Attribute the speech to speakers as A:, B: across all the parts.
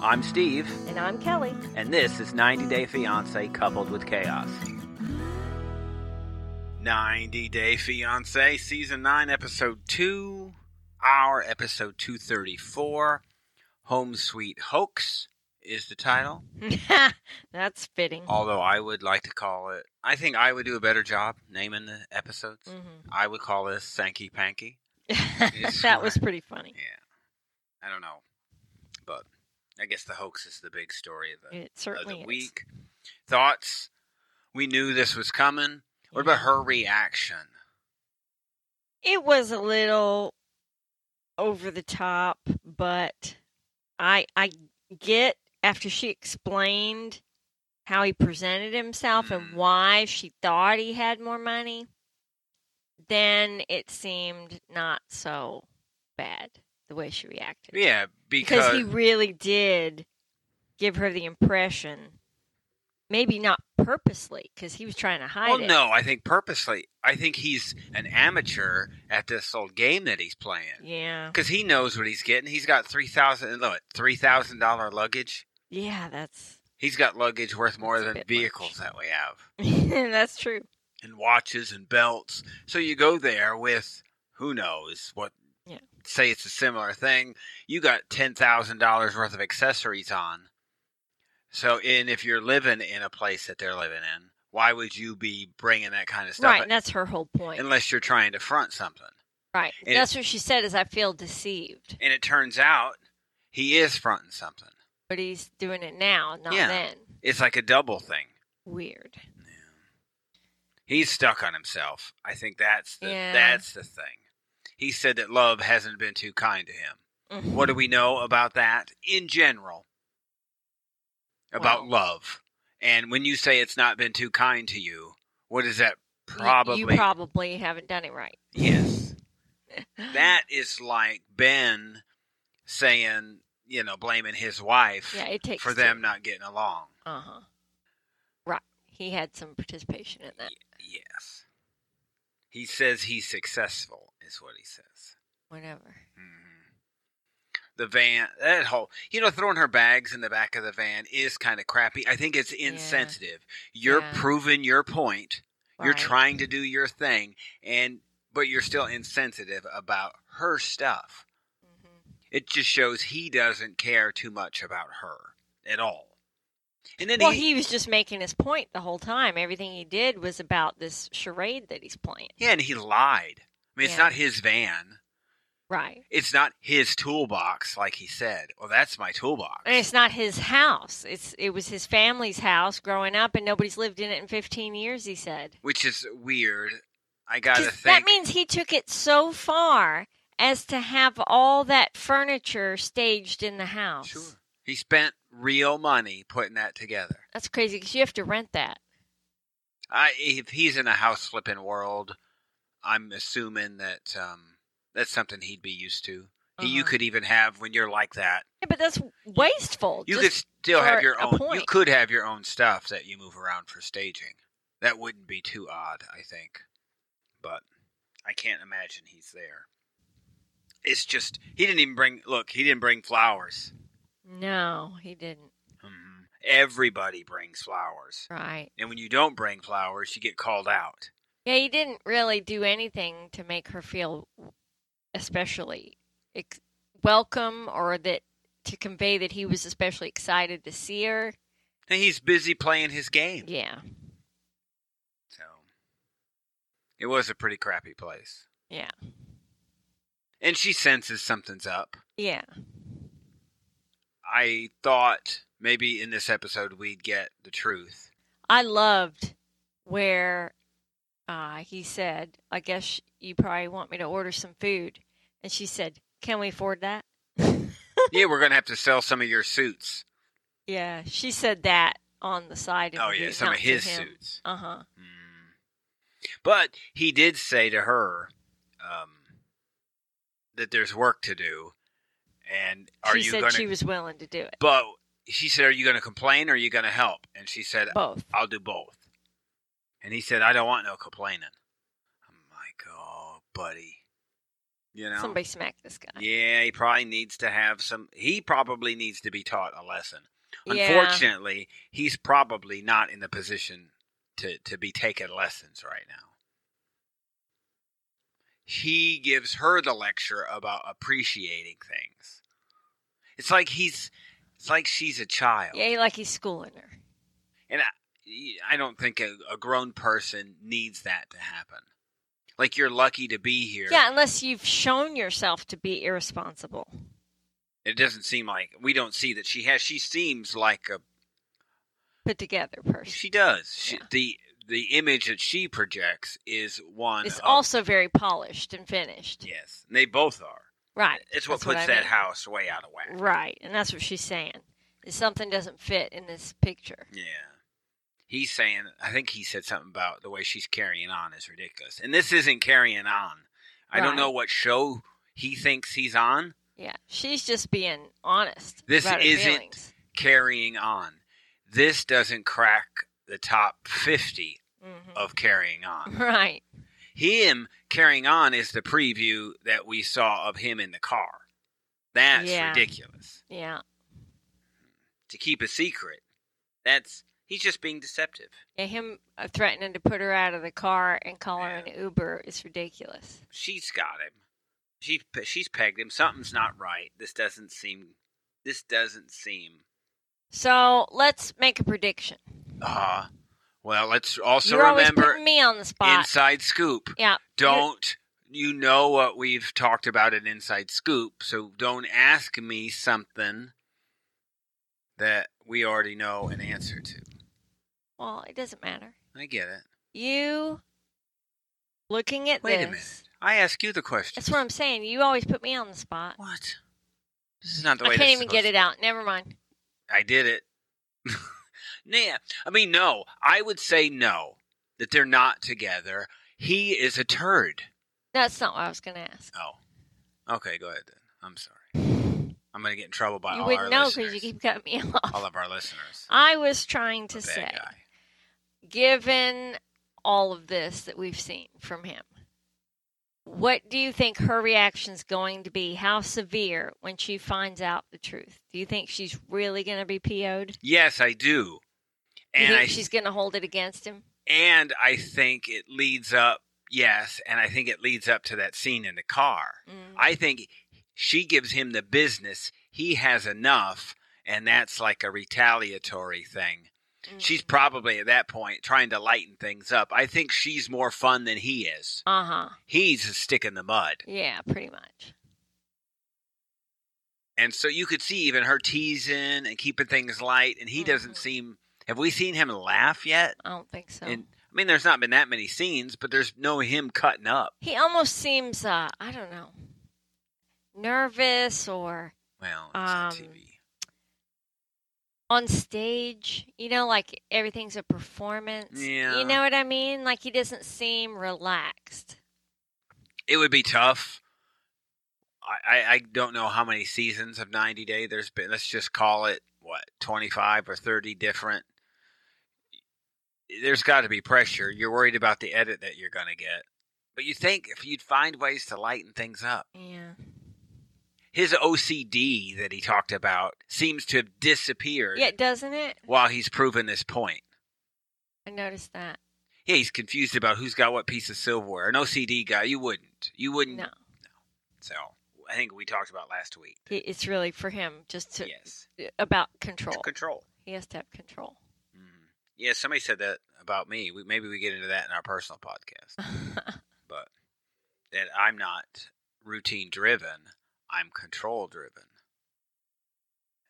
A: I'm Steve,
B: And I'm Kelly.
A: and this is 90 Day Fiancé coupled with chaos. 90 Day Fiancé, Season 9, Episode 2, our Episode 234, Home Sweet Hoax is the title.
B: That's fitting.
A: Although I would like to call it, I think I would do a better job naming the episodes.
B: hmm
A: I would call this Sankey Panky. It's
B: that was
A: fine.
B: pretty funny.
A: Yeah. I don't know. But I guess the hoax is the big story of the,
B: It
A: of
B: certainly
A: the
B: is.
A: week. Thoughts? We knew this was coming. What about her reaction?
B: It was a little over the top, but I I get after she explained how he presented himself
A: Mm.
B: and why she thought he had more money, then it seemed not so bad the way she reacted.
A: Yeah,
B: because
A: because,
B: he really did give her the impression maybe not purposely because he was trying to hide
A: well,
B: it
A: no, I think purposely. I think he's an amateur at this old game that he's playing
B: yeah
A: because he knows what he's getting. He's got three thousand, look, three thousand dollar luggage.
B: yeah that's
A: He's got luggage worth more
B: That's
A: than
B: a bit much.
A: vehicles that we have.
B: that's true
A: and watches and belts. So you go there with who knows what.
B: Yeah.
A: Say it's a similar thing. You got ten thousand dollars worth of accessories on. So, and if you're living in a place that they're living in, why would you be bringing that kind of stuff?
B: right and that's her whole point
A: Unless you're trying to front something.
B: right
A: and-
B: that's what she said is i feel deceived
A: And it turns out he is fronting something.
B: but he's doing it now not
A: Yeah.
B: then
A: It's like a double thing.
B: weird
A: He's stuck on himself. I think that's the,
B: Yeah.
A: that's the thing. He said that love hasn't been too kind to him.
B: Mhm.
A: What do we know about that in general? About
B: Well-
A: love. And when you say it's not been too kind to you, what is that
B: You-
A: probably?
B: you, probably haven't done it right
A: yes. That is like Ben saying, you know, blaming his wife
B: yeah it takes
A: for them not getting along.
B: uh huh right he had some participation in that
A: Yes. He says he's successful, is what he says.
B: whatever
A: Mhm. Mm-hmm. The van, that whole, you know, throwing her bags in the back of the van is kind of crappy. I think it's insensitive. You're
B: Yeah.
A: proving your point. You're
B: Right.
A: trying to do your thing, and but you're still insensitive about her stuff.
B: Mhm.
A: It just shows he doesn't care too much about her at all. And then
B: Well,
A: he,
B: he was just making his point the whole time. Everything he did was about this charade that he's playing.
A: yeah, and he lied. I mean, it's
B: Yeah.
A: not his van.
B: Right.
A: It's not his toolbox, like he said. Well, that's my toolbox.
B: And it's not his house. It's it was his family's house growing up and nobody's lived in it in 15 years, he said.
A: which is weird. I
B: 'Cause
A: gotta
B: That
A: think.
B: means he took it so far as to have all that furniture staged in the house.
A: sure, he spent real money putting that together.
B: That's crazy cuz you have to rent that.
A: I if he's in a house flipping world, I'm assuming that um, that's something he'd be used to. He- You
B: Uh-huh.
A: could even have when you're like that.
B: Yeah, but that's wasteful.
A: You could
B: just,
A: still
B: for
A: have your
B: a
A: own. You
B: point.
A: could have your own stuff that you move around for staging. That wouldn't be too odd, I think. But I can't imagine he's there. It's just he didn't even bring. Look, he didn't bring flowers.
B: No, he didn't.
A: Mhm. Everybody brings flowers.
B: Right.
A: And when you don't bring flowers, you get called out.
B: Yeah, he didn't really do anything to make her feel especially ex- welcome or that to convey that he was especially excited to see her.
A: And he's busy playing his game.
B: Yeah.
A: So it was a pretty crappy place.
B: Yeah.
A: And she senses something's up.
B: Yeah.
A: I thought maybe in this episode we'd get the truth.
B: I loved where uh, he said, I guess you probably want me to order some food. And she said, Can we afford that?
A: yeah, we're going to have to sell some of your suits.
B: Yeah. She said that on the side of
A: Oh,
B: the
A: yeah,
B: boot,
A: some of
B: not to
A: his
B: him.
A: suits.
B: Uh huh.
A: Mm. But he did say to her um, that there's work to do. And are
B: She
A: you
B: said
A: going
B: she
A: to?
B: was willing to do it.
A: But she said, "Are you going to complain or are you going to help?" And she said,
B: Both.
A: I'll do both. And he said, I don't want no complaining. I'm like, oh, buddy. You know,
B: Somebody smack this guy.
A: yeah, he probably needs to have some. He probably needs to be taught a lesson.
B: Yeah.
A: Unfortunately, he's probably not in the position to, to be taking lessons right now. He gives her the lecture about appreciating things. It's like he's it's like she's a child.
B: Yeah, like he's schooling her.
A: I don't think a, a grown person needs that to happen. Like you're lucky to be here.
B: Yeah, unless you've shown yourself to be irresponsible.
A: It doesn't seem like we don't see that she has she seems like a
B: Put together person.
A: She does. She,
B: Yeah.
A: The the image that she projects is one.
B: It's
A: of-
B: also very polished and finished.
A: yes. They both are.
B: Right.
A: It's what
B: That's
A: puts
B: I
A: that
B: mean. Mm.
A: house way out of whack.
B: Right. And that's what she's saying. Is something doesn't fit in this picture.
A: Yeah. He's saying. I think he said something about the way she's carrying on is ridiculous, and this isn't carrying on. I don't
B: Right.
A: know what show he thinks he's on.
B: Yeah. She's just being honest.
A: This
B: about her
A: isn't-
B: feelings.
A: Carrying on. This doesn't crack the top fifty
B: Mhm.
A: of carrying on.
B: Right.
A: him carrying on is the preview that we saw of him in the car. That's
B: Yeah.
A: ridiculous.
B: Yeah.
A: To keep a secret. That's he's just being deceptive.
B: Yeah, him uh, threatening to put her out of the car and call her an Uber is ridiculous.
A: She's got him. She she's pegged him. Something's not right. This doesn't seem this doesn't seem
B: So let's make a prediction.
A: uh well, let's also
B: You're always
A: remember
B: putting me on the spot.
A: inside scoop.
B: yeah.
A: Don't you know what we've talked about at Inside Scoop, so don't ask me something that we already know an answer to.
B: Well, it doesn't matter.
A: I get it.
B: You looking at
A: Wait
B: this.
A: a minute. I ask you the question.
B: That's what I'm saying. You always put me on the spot.
A: What? This is not the way
B: I
A: this
B: can't
A: is
B: even get
A: supposed
B: it out. Never mind.
A: to- I did it. yeah. I mean, no. I would say no, that they're not together. He is a turd.
B: That's not what I was going to ask.
A: Oh. Okay, go ahead then. I'm sorry. I'm going to get in trouble by
B: you
A: all
B: wouldn't
A: our
B: know
A: listeners.
B: because you keep cutting me off.
A: all of our listeners.
B: I was trying
A: A
B: to
A: bad
B: say,
A: guy.
B: given all of this that we've seen from him, what do you think her reaction's going to be? How severe when she finds out the truth? Do you think she's really going to be PO'd?
A: Yes, I do.
B: Do you
A: And
B: think
A: I
B: she's going to hold it against him?
A: and I think it leads up yes, and I think it leads up to that scene in the car.
B: Mm.
A: I think she gives him the business. He has enough, and that's like a retaliatory thing.
B: mm.
A: She's probably at that point trying to lighten things up. I think she's more fun than he is.
B: Uh huh.
A: He's a stick in the mud.
B: Yeah, pretty much.
A: And so you could see even her teasing and keeping things light, and he doesn't
B: Mhm.
A: seem. Have we seen him laugh yet?
B: I don't think so.
A: And I mean, there's not been that many scenes, but there's no him cutting up.
B: He almost seems, uh, I don't know, nervous or
A: Well, it's on
B: Um,
A: TV.
B: on stage, you know, like everything's a performance.
A: Yeah.
B: You know what I mean? Like he doesn't seem relaxed.
A: It would be tough. I, I, I don't know how many seasons of 90 Day there's been. Let's just call it, what, 25 or 30 different. There's got to be pressure. You're worried about the edit that you're going to get. But you think if you'd find ways to lighten things up.
B: Yeah.
A: His OCD that he talked about seems to have disappeared
B: Yeah, doesn't it?
A: while he's proven this point.
B: I noticed that.
A: Yeah, he's confused about who's got what piece of silverware. An OCD guy, you wouldn't. You wouldn't
B: No,
A: So I think we talked about last week.
B: It- it's really for him just to uh,
A: yes,
B: about control.
A: To control.
B: He has to have control.
A: Mhm. Yeah, somebody said that about me. We, maybe we get into that in our personal
B: Uh-huh.
A: podcast. But that I'm not routine driven. I'm control driven.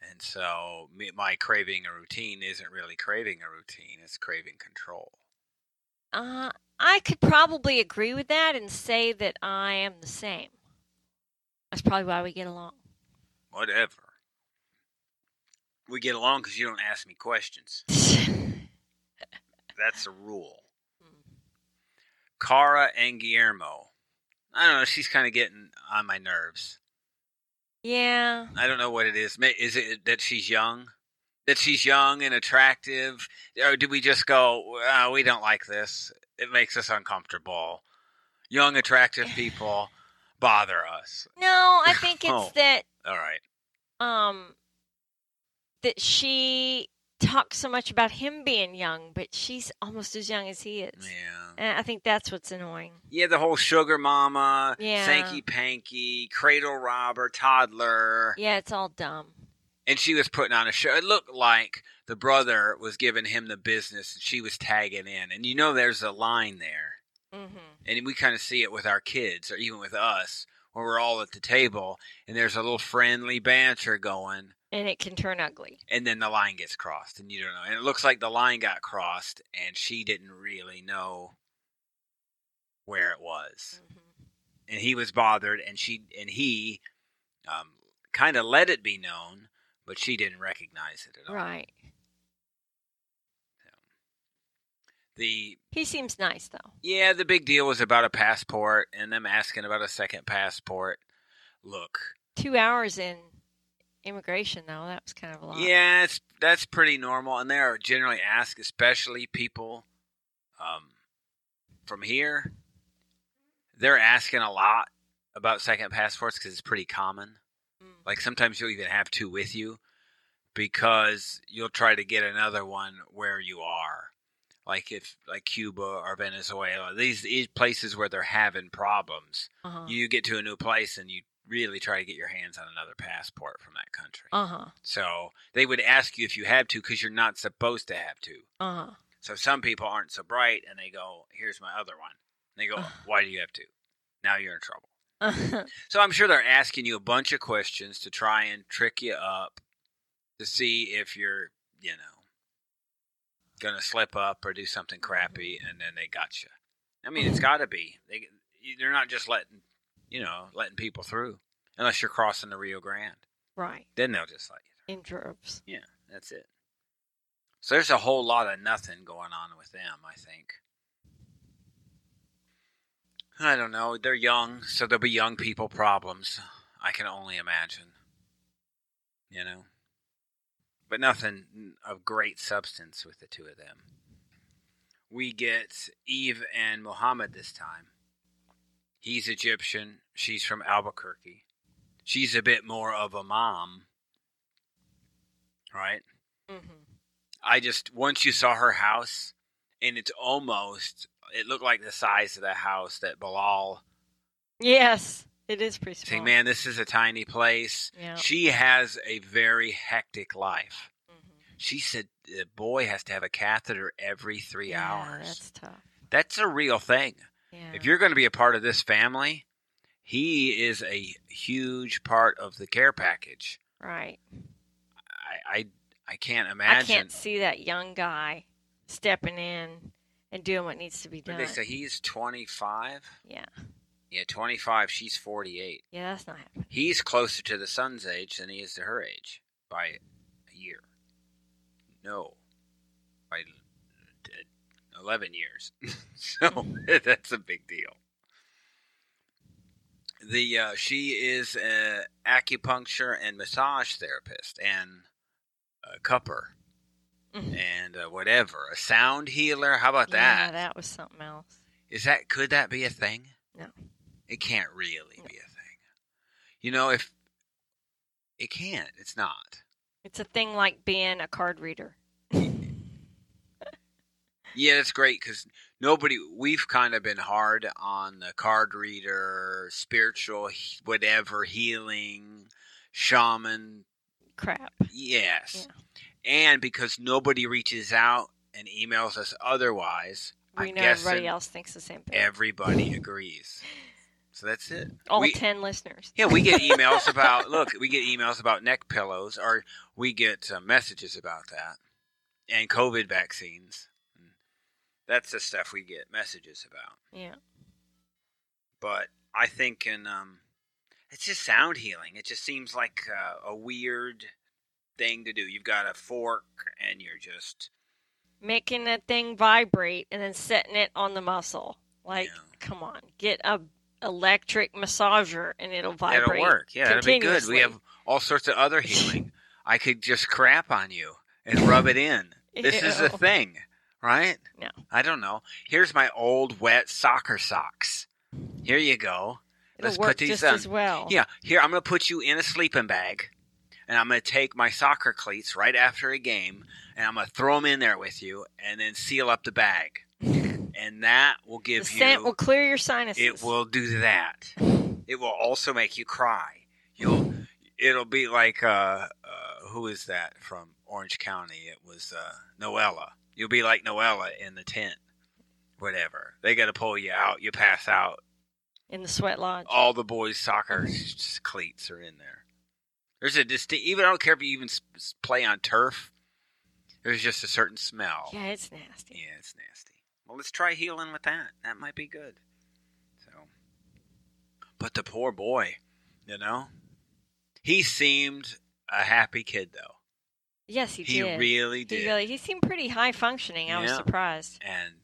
A: And so me, my craving a routine isn't really craving a routine. It's craving control.
B: uh, I could probably agree with that and say that I am the same. That's probably why we get along.
A: Whatever. We get along because you don't ask me questions.
B: Hmm.
A: That's a rule. Cara and Guillermo. I don't know. She's kind of getting on my nerves.
B: yeah.
A: I don't know what it is. Ma- Is it that she's young? That she's young and attractive? Or do we just go, uh, we don't like this? It makes us uncomfortable. Young, attractive people. bother us.
B: No, I think it's
A: Oh.
B: that
A: All right.
B: um that she talks so much about him being young, but she's almost as young as he is.
A: Yeah.
B: And I think that's what's annoying.
A: Yeah, the whole sugar mama,
B: Yeah.
A: Sankey Panky, cradle robber, toddler.
B: Yeah, it's all dumb.
A: And she was putting on a show. It looked like the brother was giving him the business and she was tagging in. And you know there's a line there.
B: Mm-hmm.
A: and we kind of see it with our kids or even with us where we're all at the table and there's a little friendly banter going
B: And it can turn ugly.
A: and then the line gets crossed and you don't know and it looks like the line got crossed and she didn't really know where it was
B: Mhm.
A: and he was bothered and she and he um, kind of let it be known but she didn't recognize it at all
B: Right.
A: the
B: He seems nice though.
A: Yeah, the big deal was about a passport and them asking about a second passport. Look,
B: Two hours in immigration though, that was kind of a lot.
A: yeah, it's, that's pretty normal, and they're generally asked, especially people um, from here. They're asking a lot about second passports because it's pretty common.
B: Mm.
A: Like sometimes you'll even have two with you because you'll try to get another one where you are. Like if like Cuba or Venezuela, these these places where they're having problems.
B: Uh-huh.
A: you get to a new place and you really try to get your hands on another passport from that country.
B: uh-huh.
A: So they would ask you if you have to because you're not supposed to have to.
B: Uh-huh.
A: So some people aren't so bright and they go, here's my other one. And they go,
B: Ugh.
A: why do you have to? Now you're in trouble.
B: Uh-huh.
A: So I'm sure they're asking you a bunch of questions to try and trick you up to see if you're, you know, going to slip up or do something crappy and then they got you. I mean, it's got to be. They they're not just letting, you know, letting people through unless you're crossing the Rio Grande.
B: right.
A: Then they'll just let you.
B: In droves.
A: through. Yeah, that's it. So there's a whole lot of nothing going on with them, I think. I don't know. They're young, so there'll be young people problems. I can only imagine. You know? But nothing of great substance with the two of them. We get Eve and Muhammad this time. He's Egyptian. She's from Albuquerque. She's a bit more of a mom. Right?
B: Mm-hmm.
A: I just once you saw her house, and it's almost it looked like the size of the house that Bilal
B: Yes. It is pretty small.
A: saying, "Man, this is a tiny place."
B: Yeah.
A: She has a very hectic life.
B: Mhm.
A: She said the boy has to have a catheter every three
B: Yeah,
A: hours.
B: That's tough.
A: That's a real thing.
B: Yeah.
A: If you're going to be a part of this family, he is a huge part of the care package.
B: right.
A: I I, I can't
B: I
A: imagine.
B: can't see that young guy stepping in and doing what needs to be
A: What
B: done.
A: did they say he's 25?
B: Yeah.
A: Yeah, 25. She's 48.
B: Yeah, that's not happening.
A: He's closer to the son's age than he is to her age by a year. No, by uh, 11 years. so that's a big deal. The uh, she is an acupuncture and massage therapist and a cupper
B: Mhm.
A: and uh, whatever, a sound healer. How about
B: Yeah,
A: that?
B: that was something else.
A: Is that could that be a thing?
B: No.
A: It can't really
B: No.
A: be a thing. You know, if it can't, it's not.
B: It's a thing like being a card reader.
A: Yeah, that's great because nobody. We've kind of been hard on the card reader, spiritual, he- whatever, healing, shaman.
B: Crap.
A: Yes, and because nobody reaches out and emails us otherwise,
B: We
A: I'm
B: know everybody
A: guessing
B: else thinks the same thing.
A: everybody agrees. So that's it.
B: All
A: We-
B: 10 listeners.
A: Yeah, we get emails about look, we get emails about neck pillows, or we get uh, messages about that, and COVID vaccines. That's the stuff we get messages about.
B: Yeah.
A: But I think in um, it's just sound healing. It just seems like uh, a weird thing to do. You've got a fork, and you're just
B: Making that thing vibrate and then setting it on the muscle. Like,
A: Yeah.
B: come on. Get a electric massager and it'll vibrate.
A: that'll work. Yeah, that'll be good. We
B: continuously.
A: have all sorts of other healing. I could just crap on you and rub it in. This is a
B: Ew.
A: thing, right?
B: No.
A: I don't know. Here's my old wet soccer socks. Here you go.
B: It'll
A: Let's
B: It'll work
A: put these
B: just
A: on.
B: as well.
A: Yeah, here I'm going to put you in a sleeping bag, and I'm going to take my soccer cleats right after a game, and I'm going to throw them in there with you, and then seal up the bag, and that will
B: the
A: give
B: scent
A: you.
B: will clear your sinuses.
A: it will do that. It will also make you cry. You'll. It'll be like uh, uh who is that from Orange County? It was uh Noella. You'll be like Noella in the tent. Whatever. They got to pull you out. You pass out
B: in the sweat lodge.
A: all the boys' soccer s- cleats are in there. There's a distinct. Even I don't care if you even s- s- play on turf. There's just a certain smell.
B: Yeah, it's nasty.
A: Yeah, it's nasty. Well, let's try healing with that. That might be good. So, but the poor boy, you know, he seemed a happy kid though.
B: Yes, he,
A: He
B: did.
A: really did.
B: He really he seemed pretty high functioning. I was
A: Yeah.
B: surprised
A: and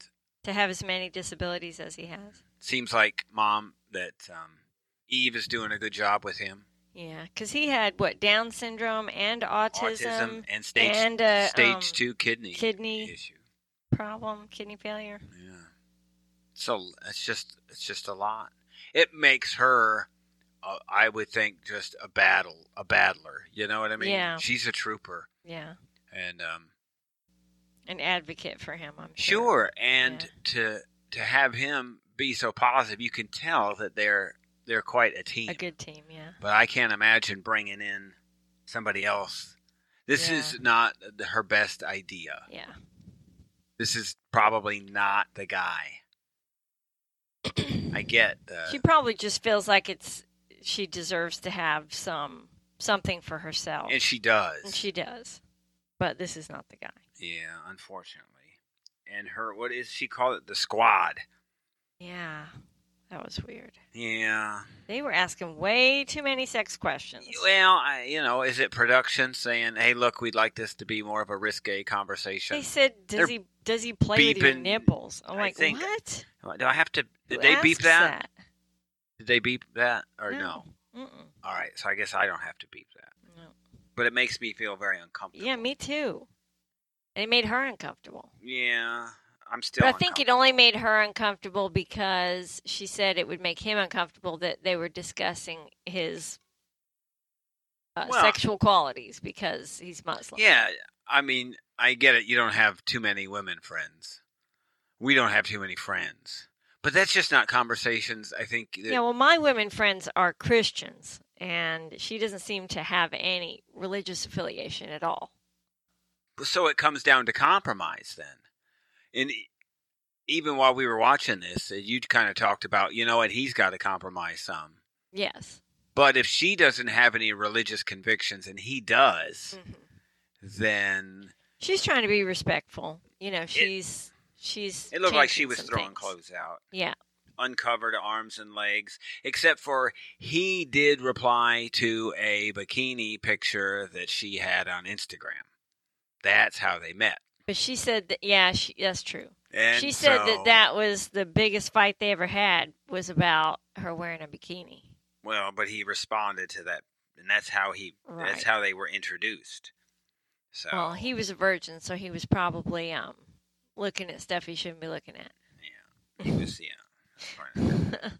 B: to have as many disabilities as he has.
A: seems like mom that um, Eve is doing a good job with him.
B: Yeah, because he had what Down syndrome and autism,
A: and stage
B: and, uh,
A: stage
B: um,
A: two kidney
B: kidney
A: issue.
B: problem, kidney failure.
A: Yeah. So it's just it's just a lot. It makes her, uh, I would think, just a battle a battler. You know what I mean?
B: Yeah.
A: She's a trooper,
B: Yeah,
A: and um,
B: an advocate for him. I'm sure.
A: sure. And
B: Yeah.
A: to to have him be so positive, you can tell that they're they're quite a team.
B: a good team. Yeah,
A: but I can't imagine bringing in somebody else. This
B: Yeah.
A: is not the- her best idea.
B: yeah.
A: This is probably not the guy. I get the
B: she probably just feels like it's she deserves to have some something for herself,
A: And she does.
B: and she does. But this is not the guy.
A: yeah, unfortunately. And her, what is she called it? The squad.
B: Yeah, that was weird.
A: Yeah.
B: They were asking way too many sex questions.
A: Well, I, you know, is it production saying, "Hey, look, we'd like this to be more of a risque
B: They
A: conversation"?
B: said,
A: They're
B: "Does he does he play with your
A: beeping-
B: nipples?" I'm
A: I
B: like,
A: think-
B: "What?
A: Do I have to? Did
B: Who
A: they beep
B: asks
A: that? Did they beep that or no.
B: Mm-mm.
A: All right, so I guess I don't have to beep that.
B: No.
A: But it makes me feel very uncomfortable.
B: Yeah, me too. And it made her uncomfortable.
A: Yeah, I'm still.
B: but I think it
A: uncomfortable.
B: only made her uncomfortable because she said it would make him uncomfortable that they were discussing his uh,
A: Well-
B: sexual qualities because he's Muslim.
A: Yeah, I mean, I get it. You don't have too many women friends. We don't have too many friends. But that's just not conversations. I think. That,
B: Yeah, well, my women friends are Christians, and she doesn't seem to have any religious affiliation at all.
A: so it comes down to compromise then. And e- even while we were watching this, uh, you kind of talked about, you know what, he's got to compromise some.
B: Yes.
A: But if she doesn't have any religious convictions and he does,
B: Mhm.
A: then
B: She's trying to be respectful. You know, she's she's.
A: it looked like she
B: changing
A: was
B: some
A: throwing
B: things.
A: clothes out.
B: Yeah.
A: uncovered arms and legs, except for he did reply to a bikini picture that she had on Instagram. That's how they met.
B: But she said that yeah, she, that's true.
A: And
B: she said
A: so-
B: that that was the biggest fight they ever had was about her wearing a bikini.
A: Well, but he responded to that, and that's how he. That's
B: Right.
A: how they were introduced. So
B: Well, he was a virgin, so he was probably um looking at stuff he shouldn't be looking at.
A: he was yeah.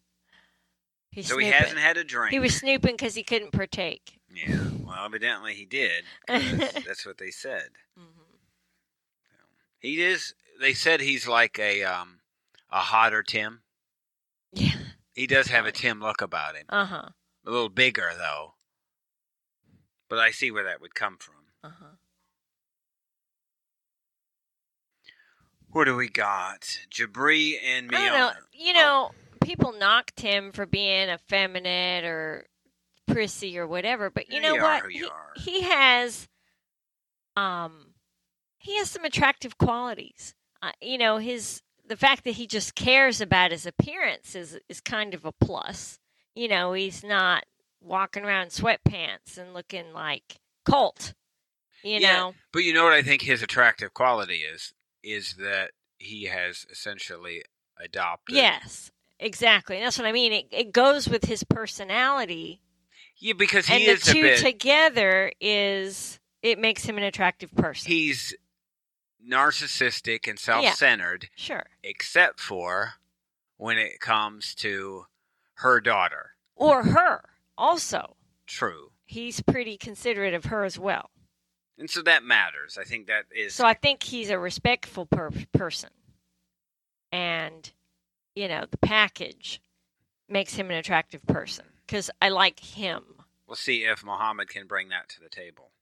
B: He's
A: so he
B: snooping.
A: hasn't had a drink.
B: He was snooping because he couldn't partake.
A: Yeah. Well, evidently he did. 'cause that's what they said.
B: Mhm.
A: He is. They said he's like a um a hotter Tim.
B: Yeah.
A: He does have a
B: Funny.
A: Tim look about him.
B: Uh huh.
A: A little bigger though. But I see where that would come from.
B: Uh huh.
A: What do we got? Jabri and
B: I don't know.
A: Miona.
B: You know,
A: oh.
B: people knocked him for being effeminate or prissy or whatever, but you
A: Yeah,
B: know
A: you are
B: what?
A: who you
B: he,
A: are.
B: he has, um, he has some attractive qualities. Uh, you know, his the fact that he just cares about his appearance is is kind of a plus. You know, he's not walking around in sweatpants and looking like Colt. You
A: Yeah.
B: know,
A: But you know what I think his attractive quality is is that he has essentially adopted
B: yes, exactly. That's what I mean. It it goes with his personality.
A: Yeah, because he
B: and the
A: is a
B: two
A: bit
B: together is it makes him an attractive person.
A: he's narcissistic and self-centered
B: sure.
A: except for when it comes to her daughter.
B: or her also.
A: True.
B: He's pretty considerate of her as well.
A: And so that matters. I think that is
B: So I think he's a respectful per- person. And, you know, the package makes him an attractive person because I like him.
A: We'll see if Mohammed can bring that to the table.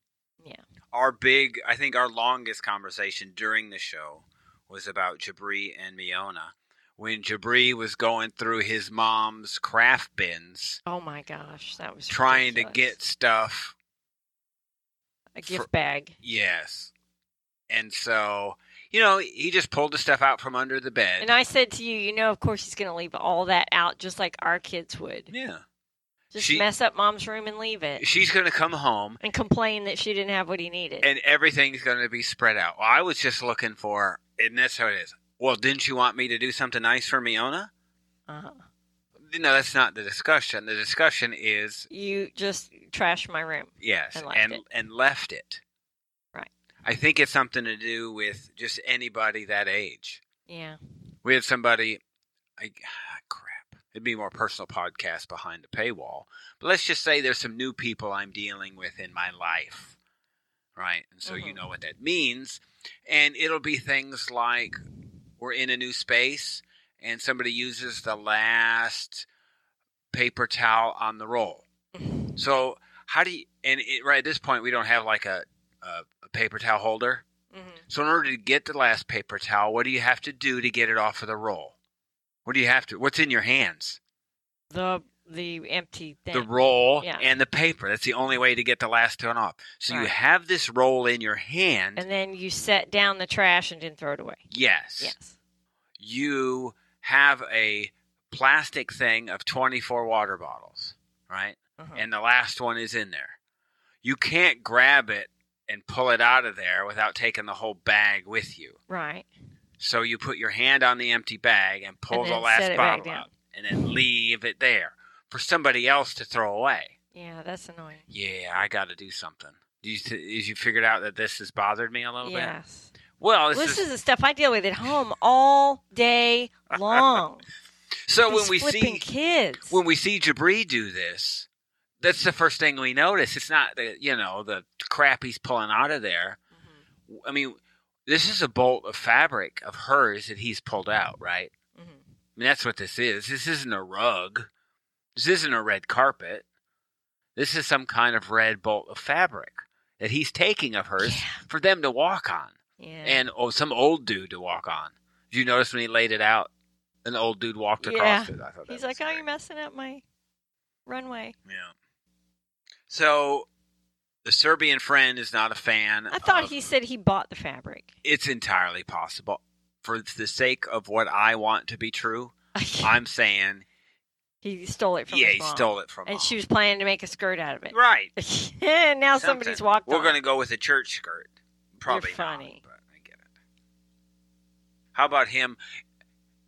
B: Yeah.
A: Our big, I think our longest conversation during the show was about Jabri and Miona. When Jabri was going through his mom's craft bins,
B: Oh my gosh, that was
A: trying to
B: ridiculous.
A: get stuff.
B: a gift
A: fr-
B: bag.
A: Yes. And so, you know, he just pulled the stuff out from under the bed.
B: And I said to you, you know, of course he's going to leave all that out just like our kids would.
A: yeah.
B: Just
A: She-
B: mess up mom's room and leave it
A: She's going to come home
B: and complain that she didn't have what he needed.
A: and everything's going to be spread out. Well, I was just looking for, and that's how it is. Well, didn't you want me to do something nice for Miona?
B: uh-huh.
A: No, that's not the discussion. The discussion is
B: You just trashed my room.
A: yes,
B: And left
A: and,
B: it.
A: and left it.
B: Right.
A: I think it's something to do with just anybody that age.
B: Yeah.
A: We had somebody, I, ah, crap, it'd be a more personal podcast behind the paywall. But let's just say there's some new people I'm dealing with in my life, right? And so you
B: Mhm.
A: know what that means. And it'll be things like we're in a new space and somebody uses the last paper towel on the roll. So how do you, and it, right at this point, we don't have like a, a, a paper towel holder.
B: hmm
A: So in order to get the last paper towel, what do you have to do to get it off of the roll? What do you have to? What's in your hands?
B: The the empty thing.
A: The roll
B: Yeah.
A: and the paper. That's the only way to get the last one off. So you
B: Right.
A: have this roll in your hand.
B: and then you set down the trash and didn't throw it away.
A: yes.
B: Yes.
A: You have a plastic thing of 24 water bottles, right?
B: Uh-huh.
A: And the last one is in there. You can't grab it and pull it out of there without taking the whole bag with you.
B: right.
A: So you put your hand on the empty bag and pull
B: And
A: the
B: then set
A: last
B: it back
A: bottle
B: down.
A: out and then leave it there for somebody else to throw away.
B: Yeah, that's annoying.
A: Yeah, I got to do something. Do you, th- you figured out that this has bothered me a little bit?
B: Yes.
A: Well, this,
B: Well, this
A: is,
B: is the stuff I deal with at home all day long.
A: so
B: These
A: when we
B: flipping
A: see
B: kids.
A: when we see Jabri do this, that's the first thing we notice. It's not the you know the crap he's pulling out of there.
B: Mhm,
A: I mean, this is a bolt of fabric of hers that he's pulled out, right?
B: mhm.
A: I mean, that's what this is. This isn't a rug. This isn't a red carpet. This is some kind of red bolt of fabric that he's taking of hers
B: Yeah.
A: for them to walk on.
B: Yeah.
A: And oh, some old dude to walk on. Did you notice when he laid it out? An old dude walked across
B: Yeah.
A: it. I thought that was
B: He's like, "Oh,
A: great.
B: you're messing up my runway."
A: Yeah. So the Serbian friend is not a fan.
B: I thought
A: of-
B: he said he bought the fabric.
A: It's entirely possible. For the sake of what I want to be true, I'm saying,
B: he stole it from
A: yeah,
B: his
A: he
B: mom.
A: stole it from
B: and
A: mom.
B: she was planning to make a skirt out of it.
A: right.
B: and now somebody's
A: Something.
B: walked
A: We're
B: on.
A: going to go with a church skirt. Probably Not,
B: funny.
A: but I get it. How about him?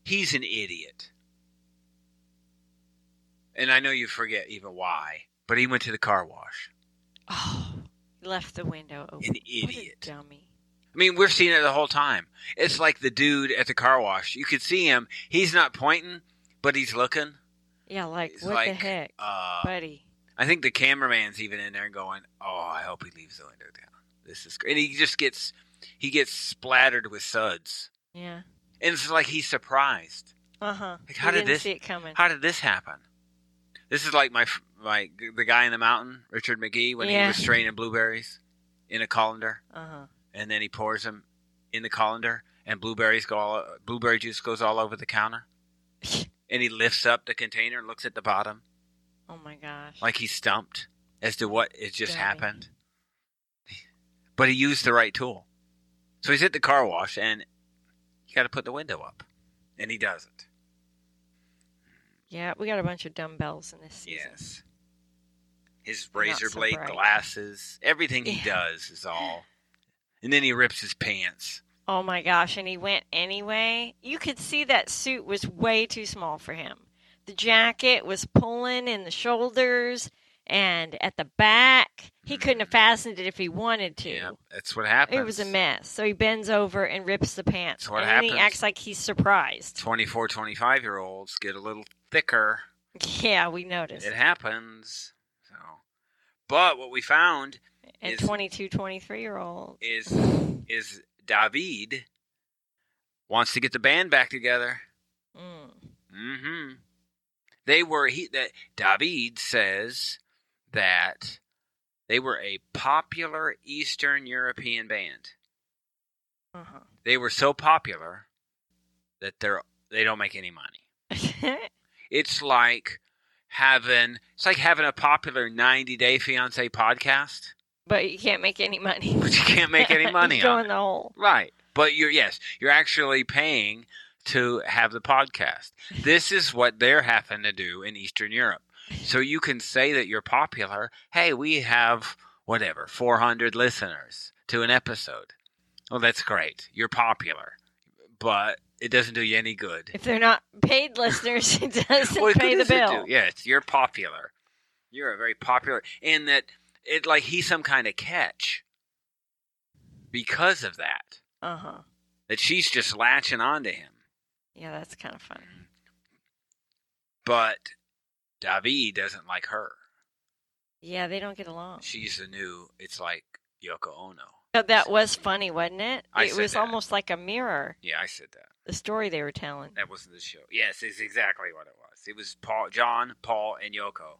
A: He's an idiot. And I know you forget even why, but he went to the car wash.
B: Oh, he left the window open.
A: An
B: What a
A: idiot.
B: dummy.
A: I mean, we're seeing it the whole time. It's like the dude at the car wash. You could see him. He's not pointing, but he's looking.
B: Yeah, like
A: It's
B: what the
A: like,
B: heck,
A: Uh,
B: buddy?
A: I think the cameraman's even in there going, "Oh, I hope he leaves the window down. This is great." And he just gets he gets splattered with suds.
B: Yeah.
A: And it's like he's surprised.
B: Uh huh.
A: Like, how did
B: didn't
A: this-
B: see it coming?
A: How did this happen? This is like my f- my the guy in the mountain, Richard McGee, when he
B: Yeah.
A: was straining blueberries in a colander,
B: Uh huh.
A: and then he pours them in the colander, and blueberries go all blueberry juice goes all over the counter, and he lifts up the container and looks at the bottom
B: oh my gosh.
A: like he's stumped as to what has just
B: Dummy.
A: happened. But he used the right tool, so he's at the car wash, and you got to put the window up, and he doesn't.
B: yeah, we got a bunch of dumbbells in this season.
A: Yes. His
B: They're not
A: razor
B: so
A: blade
B: bright.
A: glasses, everything he
B: Yeah.
A: does is all. And then he rips his pants.
B: Oh my gosh! And he went anyway. You could see that suit was way too small for him. The jacket was pulling in the shoulders and at the back. He couldn't have fastened it if he wanted to.
A: Yeah, that's what happens.
B: It was a mess. So he bends over and rips the pants.
A: That's what
B: and then he
A: happens.
B: acts like he's surprised.
A: 24, 25 year olds get a little thicker
B: Yeah, we noticed.
A: It happens. So, but what we found
B: and
A: is-
B: 22, 23 year olds.
A: is is David wants to get the band back together.
B: Mm.
A: Mm-hmm. They were he that David says that they were a popular Eastern European band.
B: Uh-huh.
A: They were so popular that they're they don't make any money.
B: uh-huh.
A: It's like having it's like having a popular 90 Day Fiance podcast,
B: but you can't make any money.
A: but you can't make any money
B: you go
A: on
B: in the hole.
A: Right. But you're yes, you're actually paying to have the podcast. This is what they're having to do in Eastern Europe. So you can say that you're popular. Hey, we have whatever, 400 listeners to an episode. Well, that's great. You're popular. But it doesn't do you any good.
B: If they're not paid listeners, it doesn't
A: What
B: pay
A: good
B: the
A: does it do?
B: bill.
A: Yes, you're popular. You're a very popular and that it like he's some kind of catch because of that
B: Uh huh.
A: that she's just latching onto him.
B: Yeah, that's kind of funny.
A: But David doesn't like her.
B: Yeah, they don't get along.
A: She's the new. It's like Yoko Ono.
B: But that was funny, wasn't it?
A: I
B: it
A: said
B: was
A: that.
B: almost like a mirror.
A: Yeah, I said that.
B: The story they were telling.
A: That wasn't the show. Yes, it's exactly what it was. It was Paul, John, Paul, and Yoko.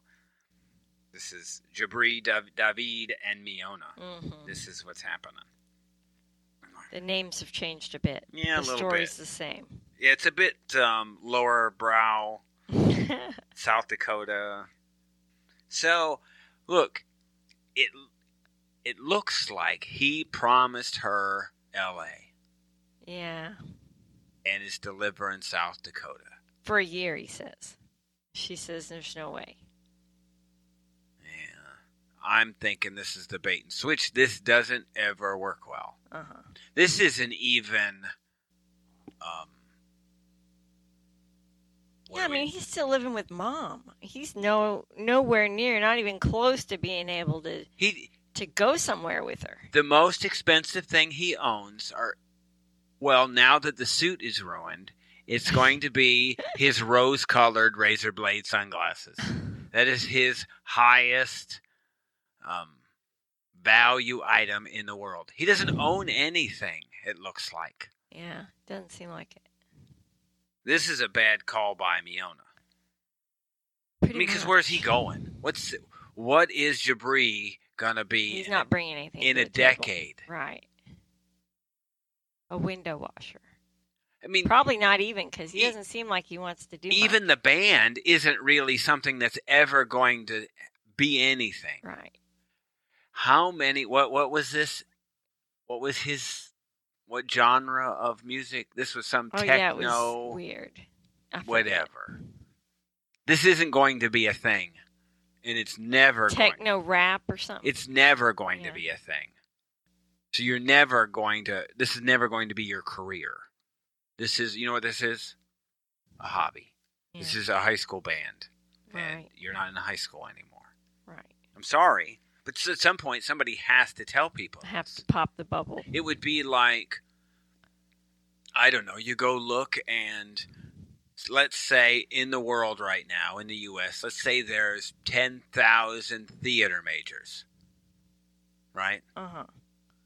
A: This is Jabri, Dav- David, and Miona.
B: hmm
A: This is what's happening.
B: The names have changed a bit.
A: Yeah,
B: the
A: a little
B: story's
A: bit.
B: the same.
A: Yeah, it's a bit um, lower brow, South Dakota. So, look, it it looks like he promised her L.A.
B: yeah,
A: and is delivering South Dakota.
B: for a year, he says. She says, "There's no way."
A: Yeah. I'm thinking this is the bait and switch. This doesn't ever work well.
B: Uh huh.
A: This isn't even. Um, what
B: Yeah, I
A: do we-
B: mean, he's still living with mom. He's no nowhere near, not even close to being able to
A: he
B: to go somewhere with her.
A: the most expensive thing he owns are. Well, now that the suit is ruined, it's going to be his rose-colored razor blade sunglasses. That is his highest um, value item in the world. He doesn't own anything, it looks like.
B: Yeah, doesn't seem like it.
A: This is a bad call by Miona.
B: Pretty
A: Because
B: much.
A: where's he going? What's what is Jabri gonna be
B: He's
A: in,
B: not bringing anything
A: in
B: to
A: a
B: the table.
A: decade?
B: right? A window washer.
A: I mean,
B: Probably not even because he
A: E-
B: doesn't seem like he wants to do
A: even the band isn't really something that's ever going to be anything.
B: much. right.
A: How many? What? What was this? What was his? What genre of music? This was some
B: Oh
A: techno.
B: yeah, it was weird. I forget.
A: whatever. This isn't going to be a thing, and it's never going.
B: Techno rap or something.
A: It's never going
B: Yeah.
A: to be a thing. So you're never going to. This is never going to be your career. This is, you know, what this is a hobby.
B: yeah.
A: This is a high school band, and
B: right,
A: you're not in high school anymore.
B: right.
A: I'm sorry, but s- at some point somebody has to tell people.
B: I have
A: this.
B: to pop the bubble.
A: It would be like, I don't know, you go look and let's say in the world right now, in the U.S., let's say there's 10,000 theater majors, right?
B: Uh huh.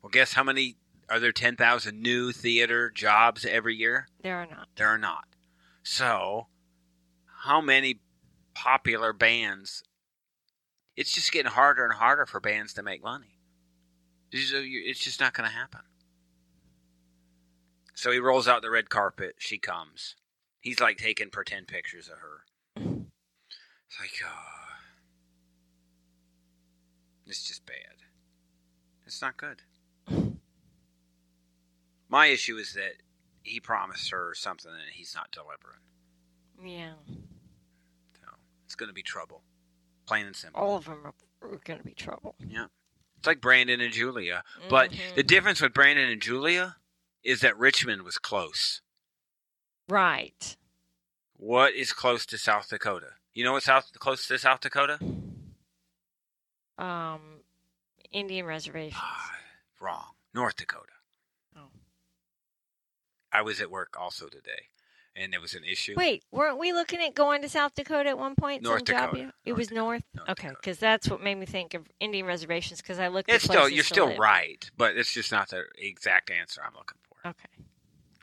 A: Well, guess how many are there 10,000 new theater jobs every year?
B: There are not.
A: There are not. So, how many popular bands? It's just getting harder and harder for bands to make money. It's just- It's just not going to happen. So he rolls out the red carpet. She comes. He's like taking pretend pictures of her. It's like, oh, it's just bad. It's not good. My issue is that he promised her something and he's not delivering.
B: Yeah.
A: So it's going to be trouble, plain and simple.
B: All of them are, are going to be trouble.
A: It's like Brandon and Julia, but
B: Mhm.
A: the difference with Brandon and Julia is that Richmond was close.
B: right.
A: What is close to South Dakota? You know what's South close to South Dakota?
B: Um, Indian reservations.
A: Ah, Wrong. North Dakota.
B: Oh.
A: I was at work also today, and there was an issue.
B: Wait, weren't we looking at going to South Dakota at one point?
A: North
B: some job
A: Dakota.
B: you- It
A: North
B: was
A: Dakota.
B: north.
A: North
B: Okay,
A: Dakota.
B: because that's what made me think of Indian reservations. Because I looked.
A: It's
B: at
A: still
B: places
A: you're
B: to
A: still
B: live.
A: right, but it's just not the exact answer I'm looking for.
B: Okay,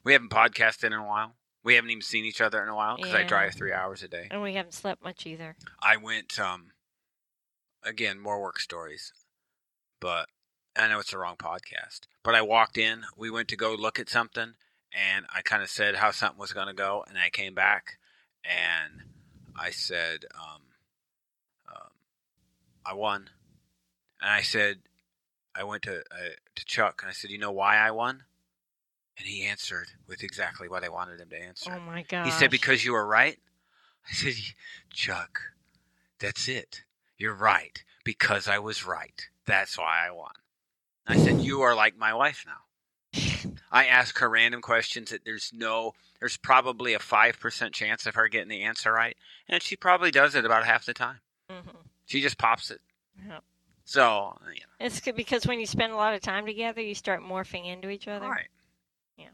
A: We haven't podcasted in a while. We haven't even seen each other in a while because I
B: Yeah.
A: drive three hours a day.
B: and we haven't slept much either.
A: I went um again more work stories, but I know it's the wrong podcast. But I walked in. We went to go look at something, and I kind of said how something was going to go, and I came back and I said um, um I won, and I said I went to uh, to Chuck and I said, you know why I won, and he answered with exactly what I wanted him to answer.
B: Oh my god.
A: He said, Because you were right? I said, "Y- Chuck, that's it. You're right. Because I was right. That's why I won. I said, You are like my wife now. I ask her random questions that there's no, there's probably a 5% chance of her getting the answer right. And she probably does it about half the time.
B: Mhm.
A: She just pops it.
B: Yep.
A: So, you
B: It's good because when you spend a lot of time together, you start morphing into each
A: know,
B: other.
A: all right.
B: Yeah.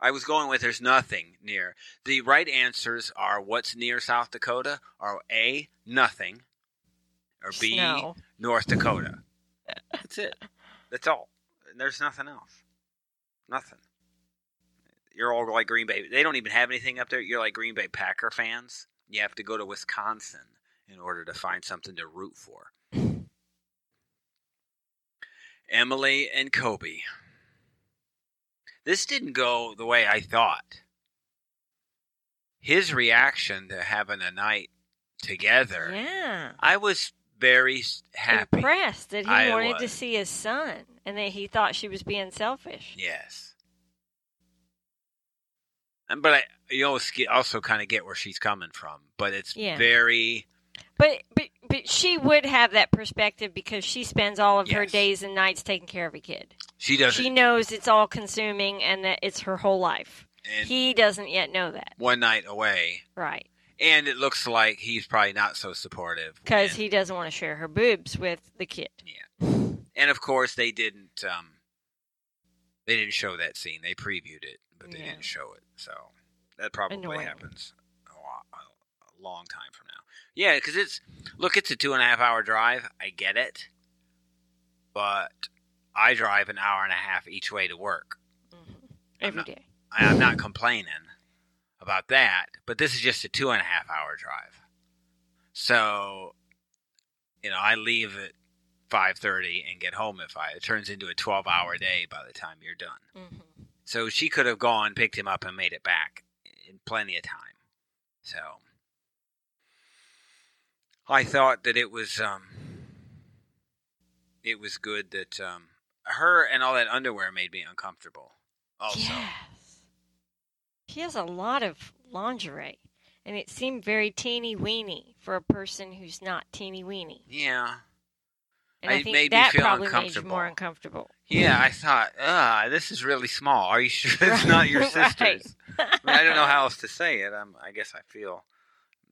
A: I was going with there's nothing near. The right answers are what's near South Dakota are A, nothing, or B,
B: Snow.
A: North Dakota. That's it. That's all. There's nothing else. Nothing. You're all like Green Bay. They don't even have anything up there. You're like Green Bay Packer fans. You have to go to Wisconsin in order to find something to root for. Emily and Kobe. This didn't go the way I thought. His reaction to having a night together,
B: Yeah.
A: I was very s- happy.
B: Impressed that he
A: I
B: wanted to
A: was.
B: see his son, and that he thought she was being selfish.
A: Yes. And but I you also get- also kind of get where she's coming from, but it's
B: Yeah.
A: very
B: But but but she would have that perspective because she spends all of her
A: Yes.
B: days and nights taking care of a kid.
A: she doesn't.
B: She knows it's all consuming and that it's her whole life.
A: and
B: he doesn't yet know that,
A: one night away,
B: right?
A: and it looks like he's probably not so supportive
B: Because
A: and-
B: he doesn't want to share her boobs with the kid.
A: And of course, they didn't. Um, they didn't show that scene. They previewed it, but they
B: Yeah.
A: didn't show it. So that probably
B: Annoying.
A: happens a, lot, a, a long time from now. Yeah, because it's look, it's a two and a half hour drive. I get it, but I drive an hour and a half each way to work.
B: Mhm.
A: Mm-hmm. I'm
B: Every
A: not-
B: day.
A: I, I'm not complaining about that, but this is just a two and a half hour drive. So, you know, I leave at five thirty and get home at five. It turns into a twelve hour day by the time you're done.
B: Mhm.
A: So she could have gone, picked him up, and made it back in plenty of time. So I thought that it was um, it was good that um, her and all that underwear made me uncomfortable. Also.
B: Yes. She has a lot of lingerie, and it seemed very teeny weeny for a person who's not teeny weeny.
A: Yeah.
B: And
A: It
B: I think
A: made me
B: that
A: feel
B: probably made you more uncomfortable.
A: Yeah, I thought, ah, this is really small. Are you sure it's not your
B: Right.
A: sister's? I, mean, I don't know how else to say it. I'm, I guess I feel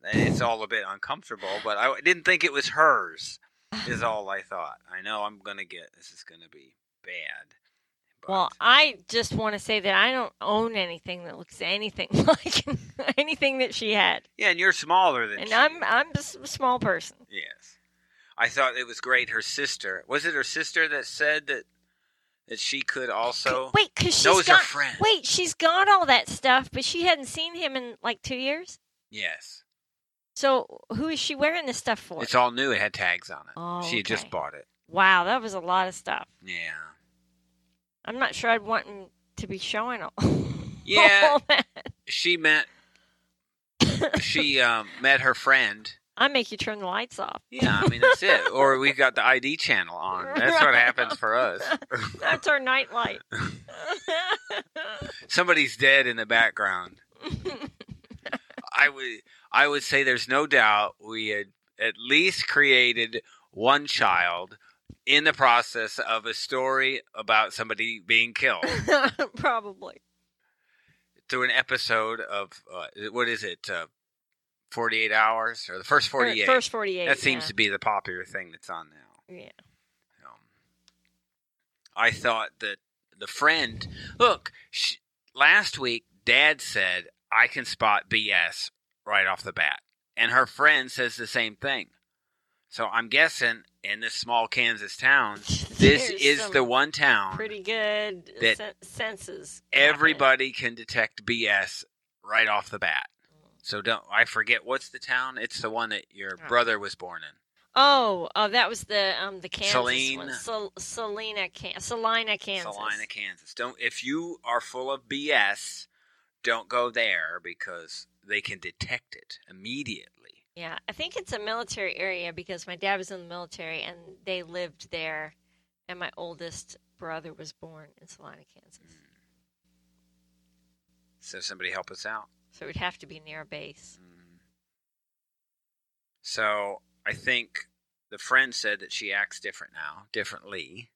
A: eh, it's all a bit uncomfortable, but I didn't think it was hers. Is all I thought. I know I'm gonna get this is gonna be bad. But
B: Well, I just want to say that I don't own anything that looks anything like anything that she had,
A: yeah, and you're smaller than.
B: and
A: she
B: I'm
A: is.
B: I'm just a small person.
A: Yes, I thought it was great. Her sister was it her sister that said that that she could also.
B: wait, because she's
A: No, it's her
B: got
A: friend.
B: wait, she's got all that stuff, but she hadn't seen him in like two years.
A: Yes,
B: So who is she wearing this stuff for?
A: it's all new. It had tags on it.
B: Oh,
A: she had just
B: okay.
A: bought it.
B: wow, that was a lot of stuff.
A: Yeah.
B: I'm not sure I'd want him to be showing all.
A: Yeah.
B: all that.
A: she met she um, met her friend.
B: I make you turn the lights off.
A: Yeah, I mean that's it. Or we've got the ID channel on. That's what happens for us.
B: That's our night light.
A: Somebody's dead in the background. I would I would say there's no doubt we had at least created one child in the process of a story about somebody being killed
B: Probably.
A: through an episode of uh, what is it uh, 48 hours or the first
B: Or
A: 48
B: First 48.
A: that seems to be the popular thing that's on now
B: yeah.
A: Um, I thought that the friend. Look, sh last week Dad said I can spot BS right off the bat. And her friend says the same thing. So I'm guessing in this small Kansas town, this
B: There's
A: is
B: some
A: the one town
B: pretty good
A: That
B: sen- senses. happening.
A: everybody can detect BS right off the bat. So don't I forget what's the town? It's the one that your
B: Mm. Oh.
A: brother was born in.
B: Oh, oh, that was the um the Kansas
A: Saline.
B: one. Sal- Salina, Can- Salina, Kansas.
A: Salina, Kansas. Don't if you are full of BS, don't go there because they can detect it immediately.
B: Yeah, I think it's a military area because my dad was in the military and they lived there, and my oldest brother was born in Salina, Kansas.
A: So somebody help us out.
B: So it would have to be near a base.
A: Mm. So I think the friend said that she acts different now, differently.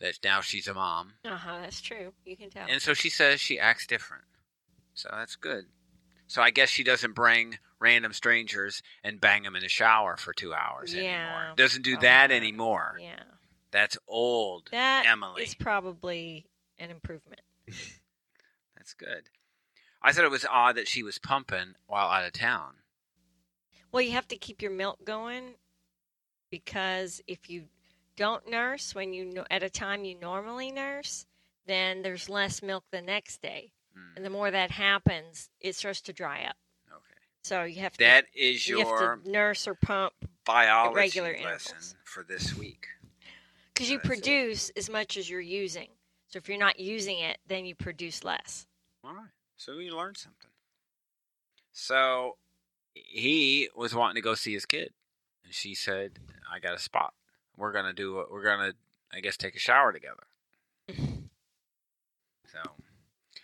A: That now she's a mom.
B: Uh huh. That's true. You can tell.
A: And so she says she acts different. So that's good. So I guess she doesn't bring random strangers and bang them in the shower for two hours
B: Yeah.
A: anymore. Doesn't do
B: Oh,
A: that
B: yeah.
A: anymore.
B: yeah,
A: That's old,
B: that is
A: Emily.
B: probably an improvement.
A: That's good. I thought it was odd that she was pumping while out of town.
B: Well, you have to keep your milk going because if you don't nurse when you no- at a time you normally nurse, then there's less milk the next day,
A: Hmm,
B: and the more that happens, it starts to dry up.
A: Okay.
B: So you have to
A: That is
B: you
A: your
B: have to nurse or pump
A: biology
B: regular
A: lesson
B: intervals.
A: for this week.
B: because you
A: That's it.
B: produce as much as you're using. So if you're not using it, then you produce less.
A: All right. So we learned something. So he was wanting to go see his kid, and she said, "I got a spot. We're gonna do. A, we're gonna, I guess, take a shower together." so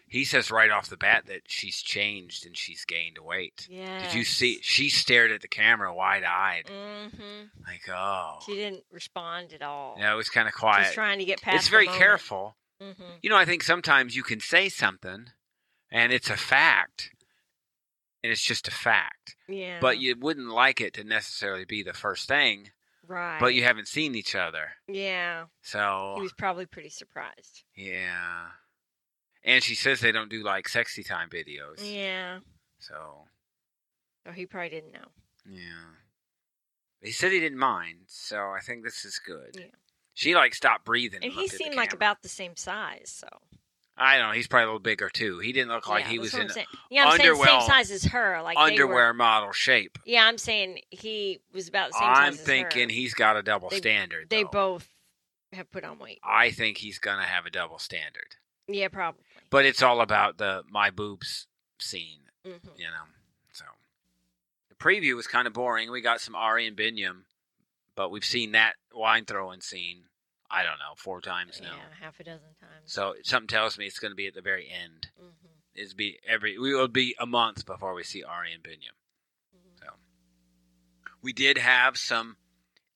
A: he says right off the bat that she's changed and she's gained weight.
B: Yeah.
A: Did you see? She stared at the camera wide eyed,
B: Mm-hmm.
A: like, "Oh."
B: She didn't respond at all.
A: Yeah, it was kind of
B: She's
A: quiet.
B: trying to get past.
A: It's very careful.
B: Mm-hmm.
A: You know, I think sometimes you can say something and it's a fact and it's just a fact.
B: Yeah.
A: But you wouldn't like it to necessarily be the first thing,
B: Right.
A: but you haven't seen each other.
B: Yeah. He
A: So,
B: was probably pretty surprised.
A: yeah. And she says they don't do like sexy time videos.
B: Yeah.
A: So,
B: So he probably didn't know.
A: yeah. He said he didn't mind, so I think this is good.
B: Yeah.
A: She like stopped breathing.
B: And he
A: looked at the
B: seemed like
A: camera.
B: about the same size, so
A: I don't know. He's probably a little bigger too. He didn't look like
B: yeah,
A: he
B: that's
A: was
B: what
A: in
B: I'm saying. Yeah, I'm saying the same
A: underwell-
B: size as her. Like they were-
A: underwear model shape.
B: yeah, I'm saying he was about the same
A: I'm
B: size.
A: thinking
B: as
A: he's got a double
B: They-
A: standard.
B: her. they
A: though.
B: both have put on weight.
A: I think he's gonna have a double standard,
B: Yeah, probably.
A: but it's all about the my boobs scene,
B: Mhm.
A: you know. So the preview was kind of boring. We got some Ari and Binyam, but we've seen that wine throwing scene. I don't know four times now.
B: Yeah, half a dozen times.
A: So something tells me it's gonna be at the very end.
B: hmm
A: It's be every we will be a month before we see Ari and Binyam. We did have some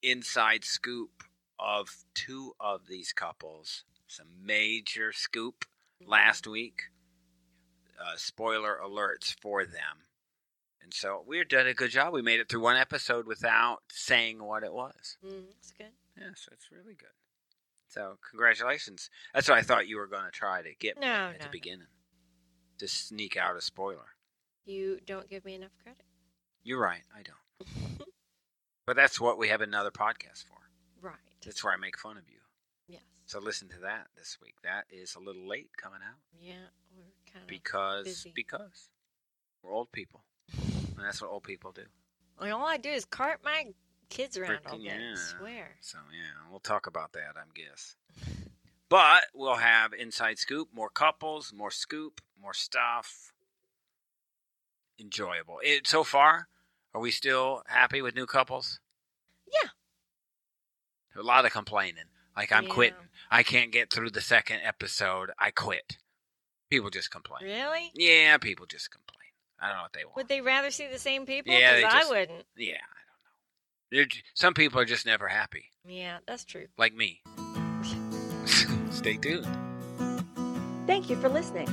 A: inside scoop of two of these couples, some major scoop
B: Mm-hmm.
A: last week. Uh, spoiler alerts for them. And so we did a good job. We made it through one episode without saying what it was.
B: hmm That's good.
A: Yes, that's really good. So congratulations. That's what I thought you were going to try to get me
B: No,
A: at
B: Oh, no,
A: the
B: no.
A: beginning. To sneak out a spoiler.
B: You don't give me enough credit.
A: You're right. I don't. But that's what we have another podcast for.
B: right.
A: That's where I make fun of you.
B: Yes.
A: So listen to that this week. That is a little late coming out
B: Yeah, we're kind of
A: because
B: Oh, busy.
A: because we're old people, and that's what old people do.
B: And all I do is cart my kids around all
A: Freaking
B: day.
A: yeah.
B: I swear.
A: So yeah, we'll talk about that, I guess. But we'll have inside scoop, more couples, more scoop, more stuff. Enjoyable. It so far. Are we still happy with new couples?
B: Yeah.
A: A lot of complaining. Like I'm
B: Yeah.
A: quitting. I can't get through the second episode. I quit. People just complain.
B: Really?
A: Yeah, people just complain. I don't know what they want.
B: Would they rather see the same people?
A: Yeah, they
B: Because I
A: just-
B: wouldn't.
A: yeah, I don't know. They're, j- some people are just never happy,
B: Yeah, that's true.
A: like me. Stay tuned.
B: Thank you for listening.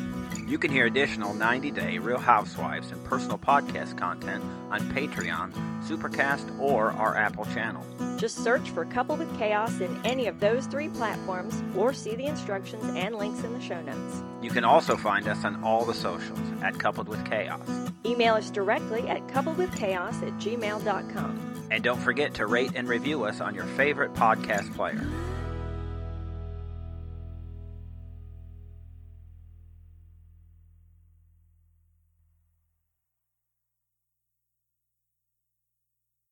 A: You can hear additional 90 Day Real Housewives and personal podcast content on Patreon, Supercast, or our Apple channel.
B: Just search for Couple with Chaos in any of those three platforms or see the instructions and links in the show notes.
A: You can also find us on all the socials at Coupled with Chaos.
B: Email us directly at coupledwithchaos at gmail.com.
A: And don't forget to rate and review us on your favorite podcast player.